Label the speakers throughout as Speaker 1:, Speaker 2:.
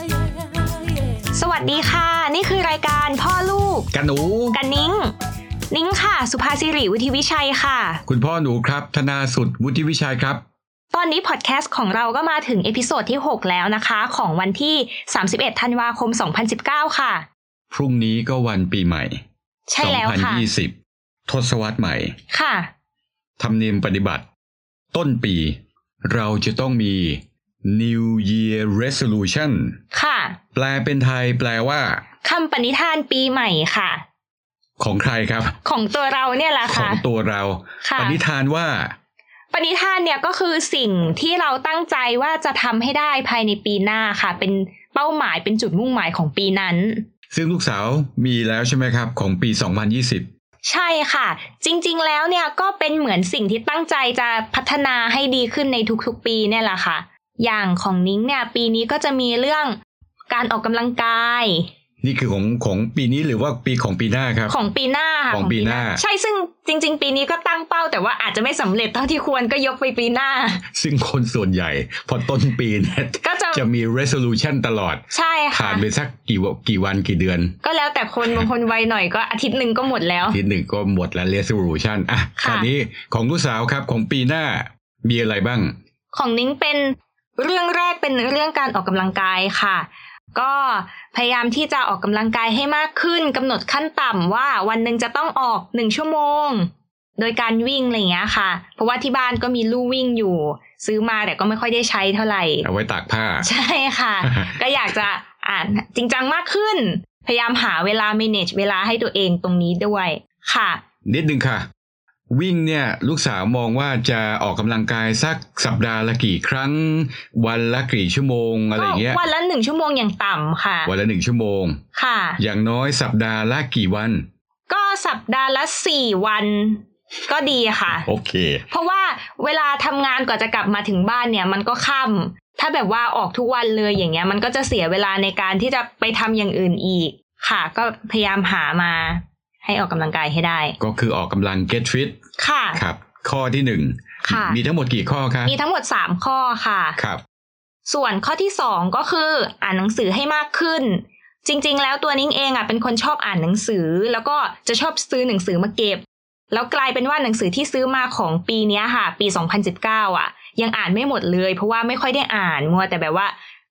Speaker 1: ส
Speaker 2: สวัสดีค่ะ นี่คือรายการพ่อลูก
Speaker 3: กันหนู
Speaker 2: กันนิ้ง นิ้งค่ะ สุภาสิริวุฒิวิชัยค่ะ
Speaker 3: คุณพ่อหนูครับ ธนาสุดวุฒิวิชัยครับ
Speaker 2: ตอนนี้พอดแคสต์ของเราก็มาถึงเอพิโซดที่ 6 แล้วนะคะ ของวันที่ 31ธันวาคม 2019 ค่ะ
Speaker 3: พรุ่งนี้ก็วันปีใหม่
Speaker 2: ใช่แล้วค่ะ
Speaker 3: 2020 ทศวรรษใหม่
Speaker 2: ค่ะ
Speaker 3: ธรรมเนียมปฏิบัติ ต้นปี เราจะต้องมี New Year Resolution
Speaker 2: ค่ะ
Speaker 3: แปลเป็นไทยแปลว่า
Speaker 2: คำปณิธานปีใหม่ค่ะ
Speaker 3: ของใครครับ
Speaker 2: ของตัวเราเนี่ยแหละ
Speaker 3: ขอ
Speaker 2: ค่ะ
Speaker 3: งตัวเรา
Speaker 2: ค่ะ
Speaker 3: ปณิธานว่า
Speaker 2: ปณิธานเนี่ยก็คือสิ่งที่เราตั้งใจว่าจะทำให้ได้ภายในปีหน้าค่ะ เป็นเป้าหมายเป็นจุดมุ่งหมายของปีนั้น
Speaker 3: ซึ่งลูกสาวมีแล้วใช่ไหมครับ ของปี
Speaker 2: ใช่ค่ะ จริงๆแล้วเนี่ยก็เป็นเหมือนสิ่งที่ตั้งใจจะพัฒนาให้ดีขึ้นในทุกๆปีเนี่ยแหละค่ะ อย่างของนิ้งเนี่ยปีนี้ก็จะมีเรื่องการออกกำลังกาย
Speaker 3: 2020 นี่คือของของปีนี้หรือว่าปีของปีหน้าครับ
Speaker 2: ของปีหน้าค่ะ
Speaker 3: ของปีหน้า
Speaker 2: ใช่ซึ่งจริง ๆ ปีนี้ก็ตั้งเป้า แต่ว่าอาจจะไม่สำเร็จเท่าที่ควรก็ยกไปปีหน้า
Speaker 3: ซึ่งคนส่วนใหญ่ พอต้นปี เนี่ย
Speaker 2: ก็จะ
Speaker 3: จะมี resolution ตลอด
Speaker 2: ใช่
Speaker 3: ผ่า
Speaker 2: ค่ะ
Speaker 3: นไปสักกี่วะกี่วันกี่เดือน
Speaker 2: ก็แล้วแต่คนบางคนไวหน่อยก็อาทิตย์หนึ่งก็หมดแล้ว
Speaker 3: ทีหนึ่งก็หมดแล้ว resolution อ่ะ
Speaker 2: ค่ะ
Speaker 3: คราวนี้ของลูกสาวครับของปีหน้า มีอะไรบ้าง
Speaker 2: ของนิ้งเป็นเรื่องแรกเป็นเรื่องการออกกำลังกายค่ะ ก็พยายามที่จะออกกำลังกายให้มากขึ้นกำหนดขั้นต่ำว่าวันหนึ่งจะต้องออกหนึ่งชั่วโมง โดยการวิ่งอะไรอย่างเงี้ยค่ะ เพราะว่าที่บ้านก็มีลู่วิ่งอยู่ ซื้อมาแต่ก็ไม่ค่อยได้ใช้เท่าไหร่
Speaker 3: เอาไว้ตากผ้า
Speaker 2: ใช่ค่ะ ก็อยากจะอ่านจริงจังมากขึ้น พยายามหาเวลา manage เวลาให้ตัวเองตรงนี้ด้วยค่ะ
Speaker 3: นิดนึงค่ะ วิ่งเนี่ยลูกสาวมองว่าจะออกกำลังกายสักสัปดาห์ละกี่ครั้ง วันละกี่ชั่วโมงอะไรอย่างเงี้ย
Speaker 2: ก็วันละหนึ่งชั่วโมงอย่างต่ำค่ะ
Speaker 3: วันละหนึ่งชั่วโมง
Speaker 2: ค่ะ
Speaker 3: อย่างน้อยสัปดาห์ละกี่วัน
Speaker 2: ก็สัปดาห์ละสี่วันก็ดีค่ะ
Speaker 3: โอเค
Speaker 2: เพราะว่าเวลาทำงานกว่าจะกลับมาถึงบ้านเนี่ย มันก็ค่ำถ้าแบบว่าออกทุกวันเลยอย่างเงี้ย มันก็จะเสียเวลาในการที่จะไปทำอย่างอื่นอีก ค่ะ ก็พยายามหามา ให้ออกกำลังกายให้ได้
Speaker 3: ก็คือออกกำลัง get fit
Speaker 2: ค่ะ
Speaker 3: ครับ ข้อที่หนึ่ง
Speaker 2: ค่ะ
Speaker 3: มีทั้งหมดกี่ข้อคะ
Speaker 2: มีทั้งหมด 3 ข้อค่ะ
Speaker 3: ครับ
Speaker 2: ส่วนข้อที่ 2 ก็คืออ่านหนังสือให้มากขึ้น จริงๆ แล้วตัวนิ้งเองอ่ะเป็นคนชอบอ่านหนังสือ แล้วก็จะชอบซื้อหนังสือมาเก็บ แล้วกลายเป็นว่าหนังสือที่ซื้อมาของปีเนี้ยค่ะ ปี 2019 อ่ะ ยังอ่านไม่หมดเลย เพราะว่าไม่ค่อยได้อ่านมัวแต่แบบว่า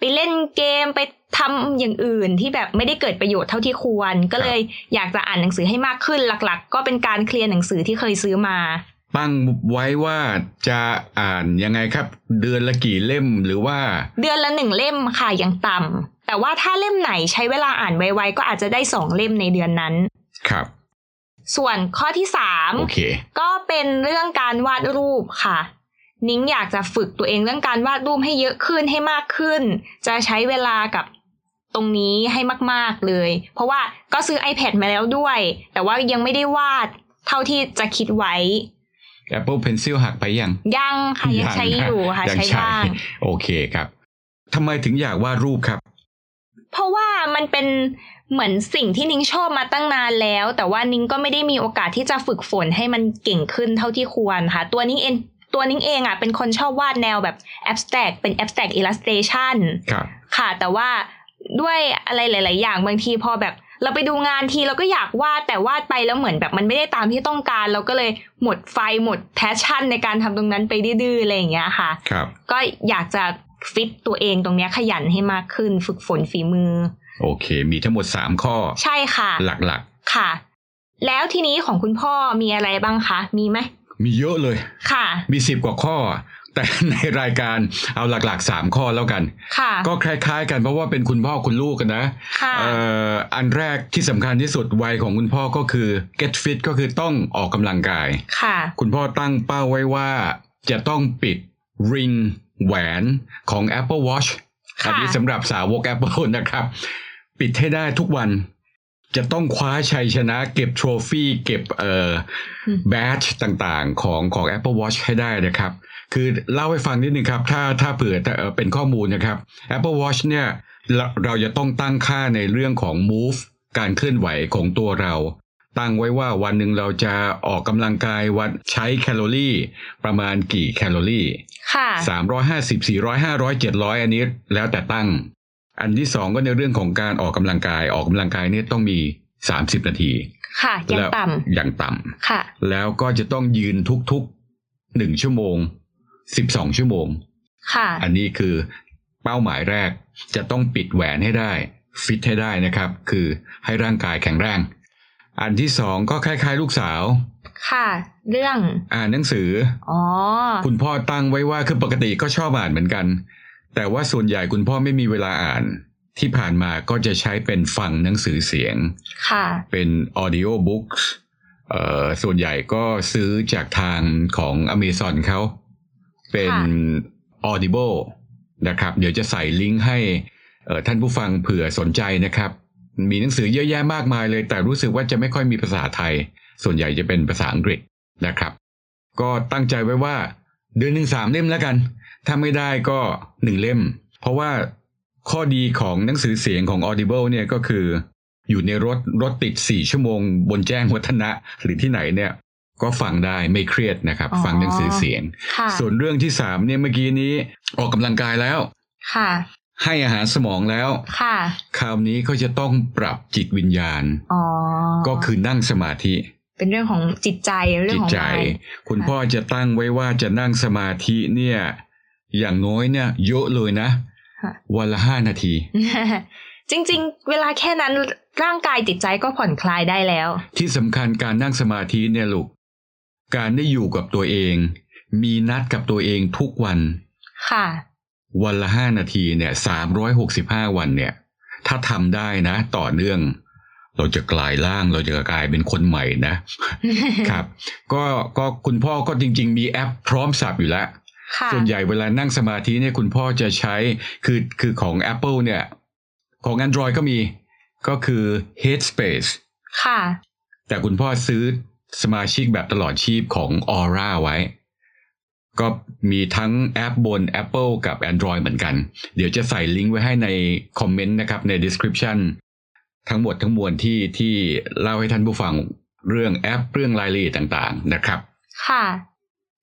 Speaker 2: ไปเล่นเกมไปทำอย่างอื่นที่แบบไม่ได้เกิดประโยชน์เท่าที่ควร ก็เลยอยากจะอ่านหนังสือให้มากขึ้นหลัก ๆ ก็เป็นการเคลียร์หนังสือที่เคยซื้อมา
Speaker 3: ตั้งไว้ว่าจะอ่านยังไงครับ เดือนละกี่เล่มหรือว่า
Speaker 2: เดือนละหนึ่งเล่มค่ะอย่างต่ำแต่ว่าถ้าเล่มไหนใช้เวลาอ่านไวๆก็อาจจะได้สองเล่มในเดือนนั้น
Speaker 3: ครับ
Speaker 2: ส่วนข้อที่สาม
Speaker 3: โอเค
Speaker 2: ก็เป็นเรื่องการวาดรูปค่ะ นิ้งอยากจะฝึกตัวเองเรื่องการวาดรูปให้เยอะขึ้นให้มากขึ้น จะใช้เวลากับตรงนี้ให้มากๆเลย เพราะว่าก็ซื้อ iPad มาแล้วด้วย แต่ว่ายังไม่ได้วาดเท่าที่จะคิดไว้
Speaker 3: Apple Pencil หักไปยัง
Speaker 2: ยังค่ะยังใช้
Speaker 3: น
Speaker 2: อยู่ค่ะ
Speaker 3: ยัง
Speaker 2: ใช้บ้าง
Speaker 3: โอเคครับทำไมถึงอยากวาดรูปครับ
Speaker 2: เพราะว่ามันเป็นเหมือนสิ่งที่นิ้งชอบมาตั้งนานแล้ว แต่ว่านิ้งก็ไม่ได้มีโอกาสที่จะฝึกฝนให้มันเก่งขึ้นเท่าที่ควรค่ะ ตัวนิ้งเองตัวนิ้งเองอ่ะเป็นคนชอบวาดแนวแบบ abstract เป็น abstract illustration
Speaker 3: ครับ
Speaker 2: ค่ะ แต่ว่าด้วยอะไรหลาย ๆ อย่างบางทีพอแบบ เราไปดูงานทีเราก็อยากวาดแต่วาดไปแล้วเหมือนแบบมันไม่ได้ตามที่ต้องการ เราก็เลยหมดไฟหมดแพชชั่นในการทำตรงนั้นไปดื้อๆอะไรอย่างเงี้ยค่ะ
Speaker 3: ครับ
Speaker 2: ก็อยากจะฟิตตัวเองตรงเนี้ยขยันให้มากขึ้น ฝึกฝนฝีมือ
Speaker 3: โอเค มีทั้งหมด 3 ข้อ
Speaker 2: ใช่ค่ะ
Speaker 3: หลัก
Speaker 2: ค่ะ แล้วทีนี้ของคุณพ่อมีอะไรบ้างคะ มีไหม
Speaker 3: ๆ มีเยอะเลย
Speaker 2: ค่ะ
Speaker 3: มี 10 กว่าข้อ แต่ ในรายการเอาหลักๆ 3 ข้อแล้วกัน
Speaker 2: ค่ะ
Speaker 3: ก็คล้ายๆ กันเพราะว่าเป็นคุณพ่อคุณลูกกันนะ
Speaker 2: ค่ะ
Speaker 3: เอ่ออันแรกที่สำคัญที่สุดวัยของคุณพ่อก็คือ get fit ก็คือต้องออกกำลังกาย
Speaker 2: ค่ะ
Speaker 3: คุณพ่อตั้งเป้าไว้ว่าจะต้องปิดริงแหวนของ Apple Watch
Speaker 2: ค่ะ
Speaker 3: อันี้สำหรับสาวก Apple นะครับ ปิดให้ได้ทุกวัน จะต้องคว้าชัยชนะ เก็บโทรฟี่เก็บเอ่อแบดต่างๆของของ Apple Watch ให้ได้นะครับ คือเล่าให้ฟังนิดนึงครับ ถ้าถ้าเผื่อเอ่อเป็นข้อมูลนะครับ Apple Watch เนี่ยเราเราจะต้องตั้งค่าในเรื่องของ move การเคลื่อนไหวของตัวเรา ตั้งไว้ว่าวันหนึ่งเราจะออกกำลังกายวัดใช้แคลอรี่ ประมาณกี่แคลอรี่
Speaker 2: ค่ะ
Speaker 3: สามร้อยห้าสิบสี่ร้อยห้าร้อยเจ็ดร้อยอันนี้แล้วแต่ตั้ง อันที่สองก็ในเรื่องของการออกกำลังกายออกกำลังกายเนี่ยต้องมีสามสิบนาที
Speaker 2: ค่ะยัง
Speaker 3: แล้ว
Speaker 2: ต่ำ
Speaker 3: อย่างต่ำ
Speaker 2: ค่ะ
Speaker 3: แล้วก็จะต้องยืนทุกๆหนึ่งชั่วโมงสิบสองชั่วโมง
Speaker 2: ค่ะ
Speaker 3: อันนี้คือเป้าหมายแรกจะต้องปิดแหวนให้ได้ ฟิตให้ได้นะครับ คือให้ร่างกายแข็งแรง อันที่สองก็คล้ายๆ ลูกสาว
Speaker 2: ค่ะ เรื่อง
Speaker 3: อ่านหนังสือ
Speaker 2: อ๋อ
Speaker 3: คุณพ่อตั้งไว้ว่าคือปกติก็ชอบอ่านเหมือนกัน แต่ว่าส่วนใหญ่คุณพ่อไม่มีเวลาอ่าน ที่ผ่านมาก็จะใช้เป็นฟังหนังสือเสียง
Speaker 2: ค่ะ
Speaker 3: เป็น audio books เอ่อส่วนใหญ่ก็ซื้อจากทางของ Amazon เขาเป็น
Speaker 2: ค่ะ
Speaker 3: audible นะครับ เดี๋ยวจะใส่ลิงก์ให้เอ่อท่านผู้ฟังเผื่อสนใจนะครับ มีหนังสือเยอะแยะมากมายเลย แต่รู้สึกว่าจะไม่ค่อยมีภาษาไทย ส่วนใหญ่จะเป็นภาษาอังกฤษนะครับ ก็ตั้งใจไว้ว่า เดือนหนึ่งสามเล่มแล้วกัน ถ้าไม่ได้ก็หนึ่งเล่ม เพราะว่าข้อดีของหนังสือเสียงของ Audible เนี่ยก็คือ อยู่ในรถรถติดสี่ชั่วโมง บนแจ้งวัฒนะหรือที่ไหนเนี่ย ก็ฟังได้ไม่เครียดนะครับ
Speaker 2: อ๋อ
Speaker 3: ฟังหนังสือเสียง
Speaker 2: ค่ะ
Speaker 3: ส่วนเรื่องที่สามเนี่ยเมื่อกี้นี้ออกกำลังกายแล้ว
Speaker 2: ค่ะ
Speaker 3: ให้อาหารสมองแล้ว
Speaker 2: ค่ะ
Speaker 3: คราวนี้ก็จะต้องปรับจิตวิญญาณ
Speaker 2: อ๋อ
Speaker 3: ก็คือนั่งสมาธิ
Speaker 2: เป็นเรื่องของจิตใจเรื่อง
Speaker 3: จิต
Speaker 2: ของ
Speaker 3: ใจ
Speaker 2: มาย
Speaker 3: คุณพ่อจะตั้งไว้ว่าจะนั่งสมาธิเนี่ย อย่างน้อยเนี่ยเยอะเลยนะ
Speaker 2: ะ
Speaker 3: วันละห้านาที
Speaker 2: จริง ๆ เวลาแค่นั้นร่างกายจิตใจก็ผ่อนคลายได้แล้ว
Speaker 3: ที่สำคัญการนั่งสมาธิเนี่ยลูก การได้อยู่กับตัวเอง มีนัดกับตัวเองทุกวัน
Speaker 2: ค่ะ
Speaker 3: วันละห้านาทีเนี่ยสามร้อยหกสิบห้าวันเนี่ย ถ้าทำได้นะ ต่อเนื่อง เราจะกลายร่างเราจะกลายเป็นคนใหม่นะ ครับ ก็ก็คุณพ่อก็จริง ๆ มีแอปพร้อมสับอยู่แล้ว
Speaker 2: ค่ะ
Speaker 3: ส่วนใหญ่เวลานั่งสมาธิเนี่ยคุณพ่อจะใช้คือคือของ Apple เนี่ย ของ Android ก็มีก็คือ Headspace
Speaker 2: ค่ะ
Speaker 3: แต่คุณพ่อซื้อสมาชิกแบบตลอดชีพของ Aura ไว้ ก็มีทั้งแอปบน Apple กับ Android เหมือนกัน เดี๋ยวจะใส่ลิงก์ไว้ให้ในคอมเมนต์นะครับ ใน description ทั้งหมดทั้งมวลที่ที่เล่าให้ท่านผู้ฟังเรื่องแอปเรื่องรายละเอียดต่างๆนะครับ
Speaker 2: ค่ะ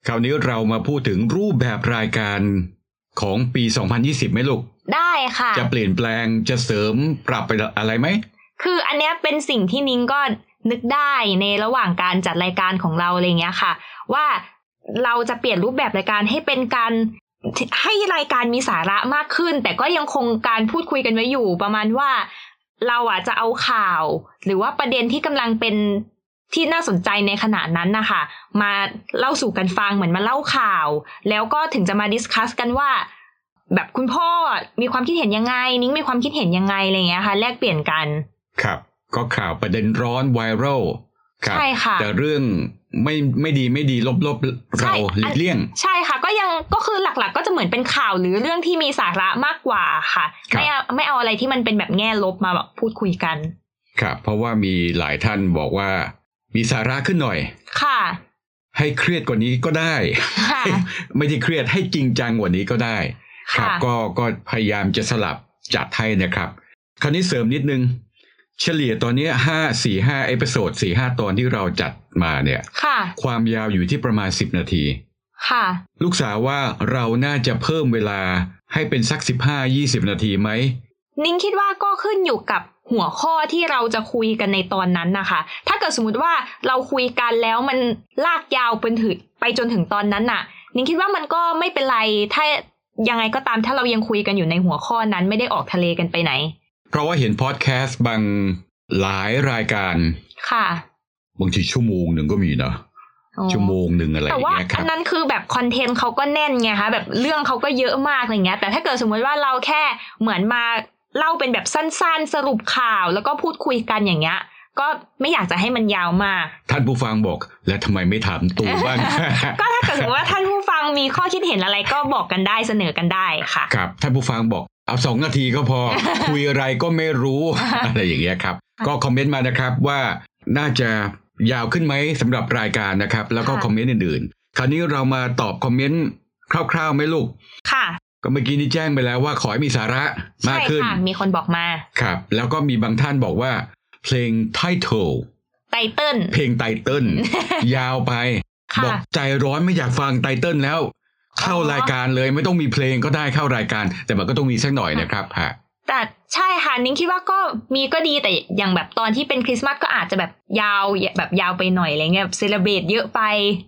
Speaker 3: คราวนี้เรามาพูดถึงรูปแบบรายการของปี 2020ไหมลูก
Speaker 2: ได้ค่ะ
Speaker 3: จะเปลี่ยนแปลงจะเสริมปรับไปอะไรไหม
Speaker 2: คืออันเนี้ยเป็นสิ่งที่นิ้งก็นึกได้ในระหว่างการจัดรายการของเราอะไรเงี้ยค่ะ ว่าเราจะเปลี่ยนรูปแบบรายการให้เป็นการให้รายการมีสาระมากขึ้น แต่ก็ยังคงการพูดคุยกันไว้อยู่ ประมาณว่าเราอ่ะจะเอาข่าว หรือว่าประเด็นที่กำลังเป็นที่น่าสนใจในขณะนั้นนะคะมาเล่าสู่กันฟังเหมือนมาเล่าข่าว แล้วก็ถึงจะมาดิสคัสกันว่า แบบคุณพ่อมีความคิดเห็นยังไง นิ้งมีความคิดเห็นยังไงอะไรเงี้ยค่ะ แลกเปลี่ยนกัน
Speaker 3: ครับ ก็ข่าวประเด็นร้อนไวรัลครับ
Speaker 2: ใช่ค่ะ
Speaker 3: แต่เรื่องไม่ไม่ดีไม่ดีลบลบๆเรา
Speaker 2: ใช่
Speaker 3: หลีกเลี่ยง
Speaker 2: ใช่ค่ะ ก็ยังก็คือหลักๆ ก็จะเหมือนเป็นข่าวหรือเรื่องที่มีสาระมากกว่าค่ะ
Speaker 3: ครับ
Speaker 2: ไม่เอาไม่เอาอะไรที่มันเป็นแบบแง่ลบมาแบบพูดคุยกัน
Speaker 3: ครับ เพราะว่ามีหลายท่านบอกว่า มีสาระขึ้นหน่อย
Speaker 2: ค่ะ
Speaker 3: ให้เครียดกว่านี้ก็ได้
Speaker 2: ค่ะ
Speaker 3: ไม่ได้เครียดให้จริงจังกว่านี้ก็ได้ ครับ
Speaker 2: ค่ะ
Speaker 3: ก็ก็พยายามจะสลับจัดให้นะครับ คราวนี้เสริมนิดนึง เฉลี่ยตอนเนี้ยห้าสี่ห้าเอพิโซดสี่ห้าตอนที่เราจัดมาเนี่ย
Speaker 2: ค่ะ
Speaker 3: ความยาวอยู่ที่ประมาณสิบนาที
Speaker 2: ค่ะ
Speaker 3: ลูกสาวว่าเราน่าจะเพิ่มเวลาให้เป็นสักสิบห้ายี่สิบนาทีไหม
Speaker 2: นิ้งคิดว่าก็ขึ้นอยู่กับหัวข้อที่เราจะคุยกันในตอนนั้นนะคะ ถ้าเกิดสมมติว่าเราคุยกันแล้วมันลากยาวไปถึงไปจนถึงตอนนั้นน่ะ นิ้งคิดว่ามันก็ไม่เป็นไร ถ้ายังไงก็ตามถ้าเรายังคุยกันอยู่ในหัวข้อนั้นไม่ได้ออกทะเลกันไปไหน
Speaker 3: เพราะว่าเห็นพอดแคสต์บางหลายรายการ
Speaker 2: ค่ะ
Speaker 3: บางทีชั่วโมงหนึ่งก็มีนะ
Speaker 2: อ๋อ
Speaker 3: ชั่วโมงหนึ่งอะไรอ
Speaker 2: แต่
Speaker 3: ย่าง
Speaker 2: ว่า
Speaker 3: เงี้ยค
Speaker 2: อั
Speaker 3: รั
Speaker 2: น
Speaker 3: บ
Speaker 2: นั้นคือแบบคอนเทนต์เขาก็แน่นไงคะแบบเรื่องเขาก็เยอะมากอะไรเงี้ย แต่ถ้าเกิดสมมติว่าเราแค่เหมือนมาเล่าเป็นแบบสั้นๆ สรุปข่าวแล้วก็พูดคุยกันอย่างเงี้ย ก็ไม่อยากจะให้มันยาวมาก
Speaker 3: ท่านผู้ฟังบอก และทำไมไม่ถามตูบ้าง
Speaker 2: ก็ถ้าเกิดสมมติว่าท่านผู้ฟังมีข้อคิดเห็นอะไรก็บอกกันได้เสนอกันได้ค่ะ
Speaker 3: ครับท่านผู้ฟังบอกเอาสองนาที ก็พอ คุยอะไรก็ไม่รู้ อะไรอย่างเงี้ยครับ ก็คอมเมนต์มานะครับว่าน่าจะยาวขึ้นไหมสำหรับรายการนะครับ แล้วก็
Speaker 2: ค่ะ
Speaker 3: คอมเมนต์อื่นๆ คราวนี้เรามาตอบคอมเมนต์คร่าวๆไหมลูก
Speaker 2: ค่ะ
Speaker 3: ก็เมื่อกี้นี้แจ้งไปแล้วว่าขอให้มีสาระ
Speaker 2: ใช่
Speaker 3: มากขึ้น
Speaker 2: ค่ะมีคนบอกมา
Speaker 3: ครับ แล้วก็มีบางท่านบอกว่า เพลง title
Speaker 2: ไตเติ้ล
Speaker 3: เพลงไตเติ้ ล ยาวไป
Speaker 2: ค่ะ
Speaker 3: บอกใจร้อนไม่อยากฟังไตเติ้ลแล้ว เข้า
Speaker 2: อ๋อ
Speaker 3: รายการเลยไม่ต้องมีเพลงก็ได้เข้ารายการ แต่มันก็ต้องมีสักหน่อยนะครับฮะ
Speaker 2: แต่ใช่ค่ะนิ้งคิดว่าก็มีก็ดีแต่อย่างแบบตอนที่เป็นคริสต์มาสก็อาจจะแบบยาวแบบยาวไปหน่อยอะไรเงี้ยแบบเซเลบเรตเยอะไป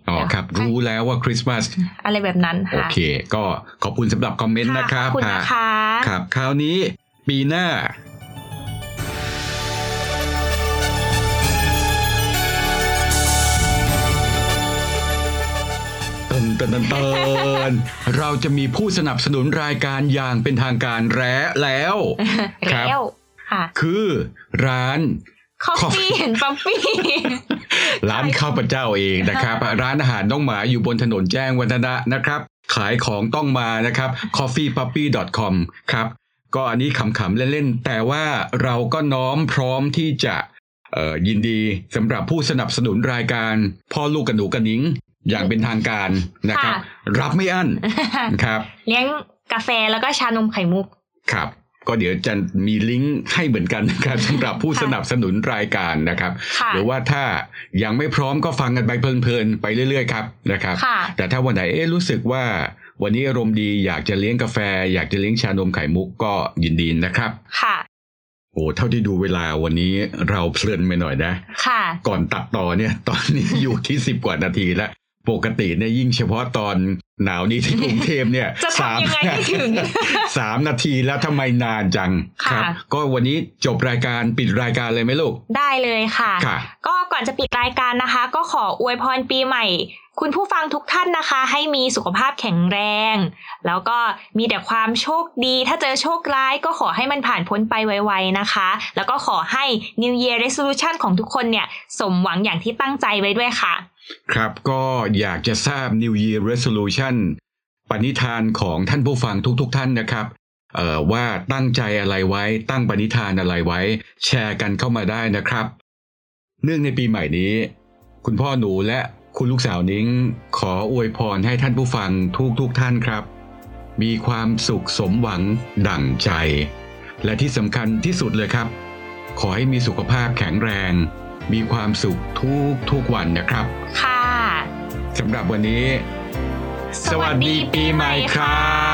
Speaker 3: อ๋อครับ รู้แล้วว่าคริสต์มาส
Speaker 2: อะไรแบบนั้น
Speaker 3: โอ
Speaker 2: ค่ะ
Speaker 3: เค ก็ขอบคุณสำหรับคอมเมนต์นะครับ
Speaker 2: ขอบคุณ
Speaker 3: ฮะ
Speaker 2: นะคะ
Speaker 3: ครับคราวนี้ปีหน้า เตินเตินเตินเตินเราจะมีผู้สนับสนุนรายการอย่างเป็นทางการแร้แล้ว ครับ
Speaker 2: แล้วค่ะ
Speaker 3: คือร้าน
Speaker 2: คอฟฟี่เห็นปั๊มปี้
Speaker 3: ร้านข้าวประเจ้าเองนะครับ ร้านอาหารน้องหมาอยู่บนถนนแจ้งวัฒนะนะครับ ขายของต้องมานะครับ coffeepuppy.com ครับก็อันนี้ขำๆเล่นๆ แต่ว่าเราก็น้อมพร้อมที่จะเอ่อยินดีสำหรับผู้สนับสนุนรายการ พ่อลูกกันหนูกันนิ้งอย่างเป็นทางการนะครับ
Speaker 2: ค่
Speaker 3: รับไม่อั้นครับ
Speaker 2: เลี้ยง กาแฟแล้วก็ชานมไข่มุก
Speaker 3: ครับ ก็เดี๋ยวจะมีลิงก์ให้เหมือนกันนะครับ สำหรับผู้
Speaker 2: ค่ะ
Speaker 3: สนับสนุนรายการนะครับ
Speaker 2: ค่ะ
Speaker 3: หรือว่าถ้ายังไม่พร้อมก็ฟังกันไปเพลินๆ ไปเรื่อยๆครับนะครับ
Speaker 2: ค่ะ
Speaker 3: แต่ถ้าวันไหนเอ๊ะรู้สึกว่า วันนี้อารมณ์ดีอยากจะเลี้ยงกาแฟ อยากจะเลี้ยงชานมไข่มุกก็ยินดีนะครับ
Speaker 2: ค่ะ
Speaker 3: โอ้เท่าที่ดูเวลาวันนี้เราเพลินไปหน่อยนะ
Speaker 2: ค่ะ
Speaker 3: ก่อนตัดต่อเนี่ย ตอนนี้ อยู่ที่สิบกว่านาทีแล้ว ปกติเนี่ยยิ่งเฉพาะตอนหนาวนี้ที่กรุงเทพเนี่ย
Speaker 2: จะทำ
Speaker 3: สาม
Speaker 2: ยังไงให้ถึง
Speaker 3: สามนาทีแล้วทำไมนานจัง
Speaker 2: ค่ะ
Speaker 3: ครับ ก็วันนี้จบรายการปิดรายการเลยไหมลูก
Speaker 2: ได้เลยค่ะ
Speaker 3: ค่ะ
Speaker 2: ก็ก่อนจะปิดรายการนะคะ ก็ขออวยพรปีใหม่ คุณผู้ฟังทุกท่านนะคะ ให้มีสุขภาพแข็งแรง แล้วก็มีแต่ความโชคดี ถ้าเจอโชคร้ายก็ขอให้มันผ่านพ้นไปไวๆนะคะ แล้วก็ขอให้ New Year Resolution ของทุกคนเนี่ย สมหวังอย่างที่ตั้งใจไว้ด้วยค่ะ
Speaker 3: ครับก็อยากจะทราบ New Year Resolution ปณิธานของท่านผู้ฟังทุกๆทท่านนะครับเอ่อว่าตั้งใจอะไรไว้ ตั้งปณิธานอะไรไว้ แชร์กันเข้ามาได้นะครับ เนื่องในปีใหม่นี้ คุณพ่อหนูและคุณลูกสาวนิ้ง ขออวยพรให้ท่านผู้ฟังทุกๆทท่านครับ มีความสุขสมหวังดั่งใจ และที่สำคัญที่สุดเลยครับ ขอให้มีสุขภาพแข็งแรง มีความสุขทุกๆวันนะครับ
Speaker 2: ค่ะ
Speaker 3: สำหรับวันนี้ สวัสดีปีใหม่ครับ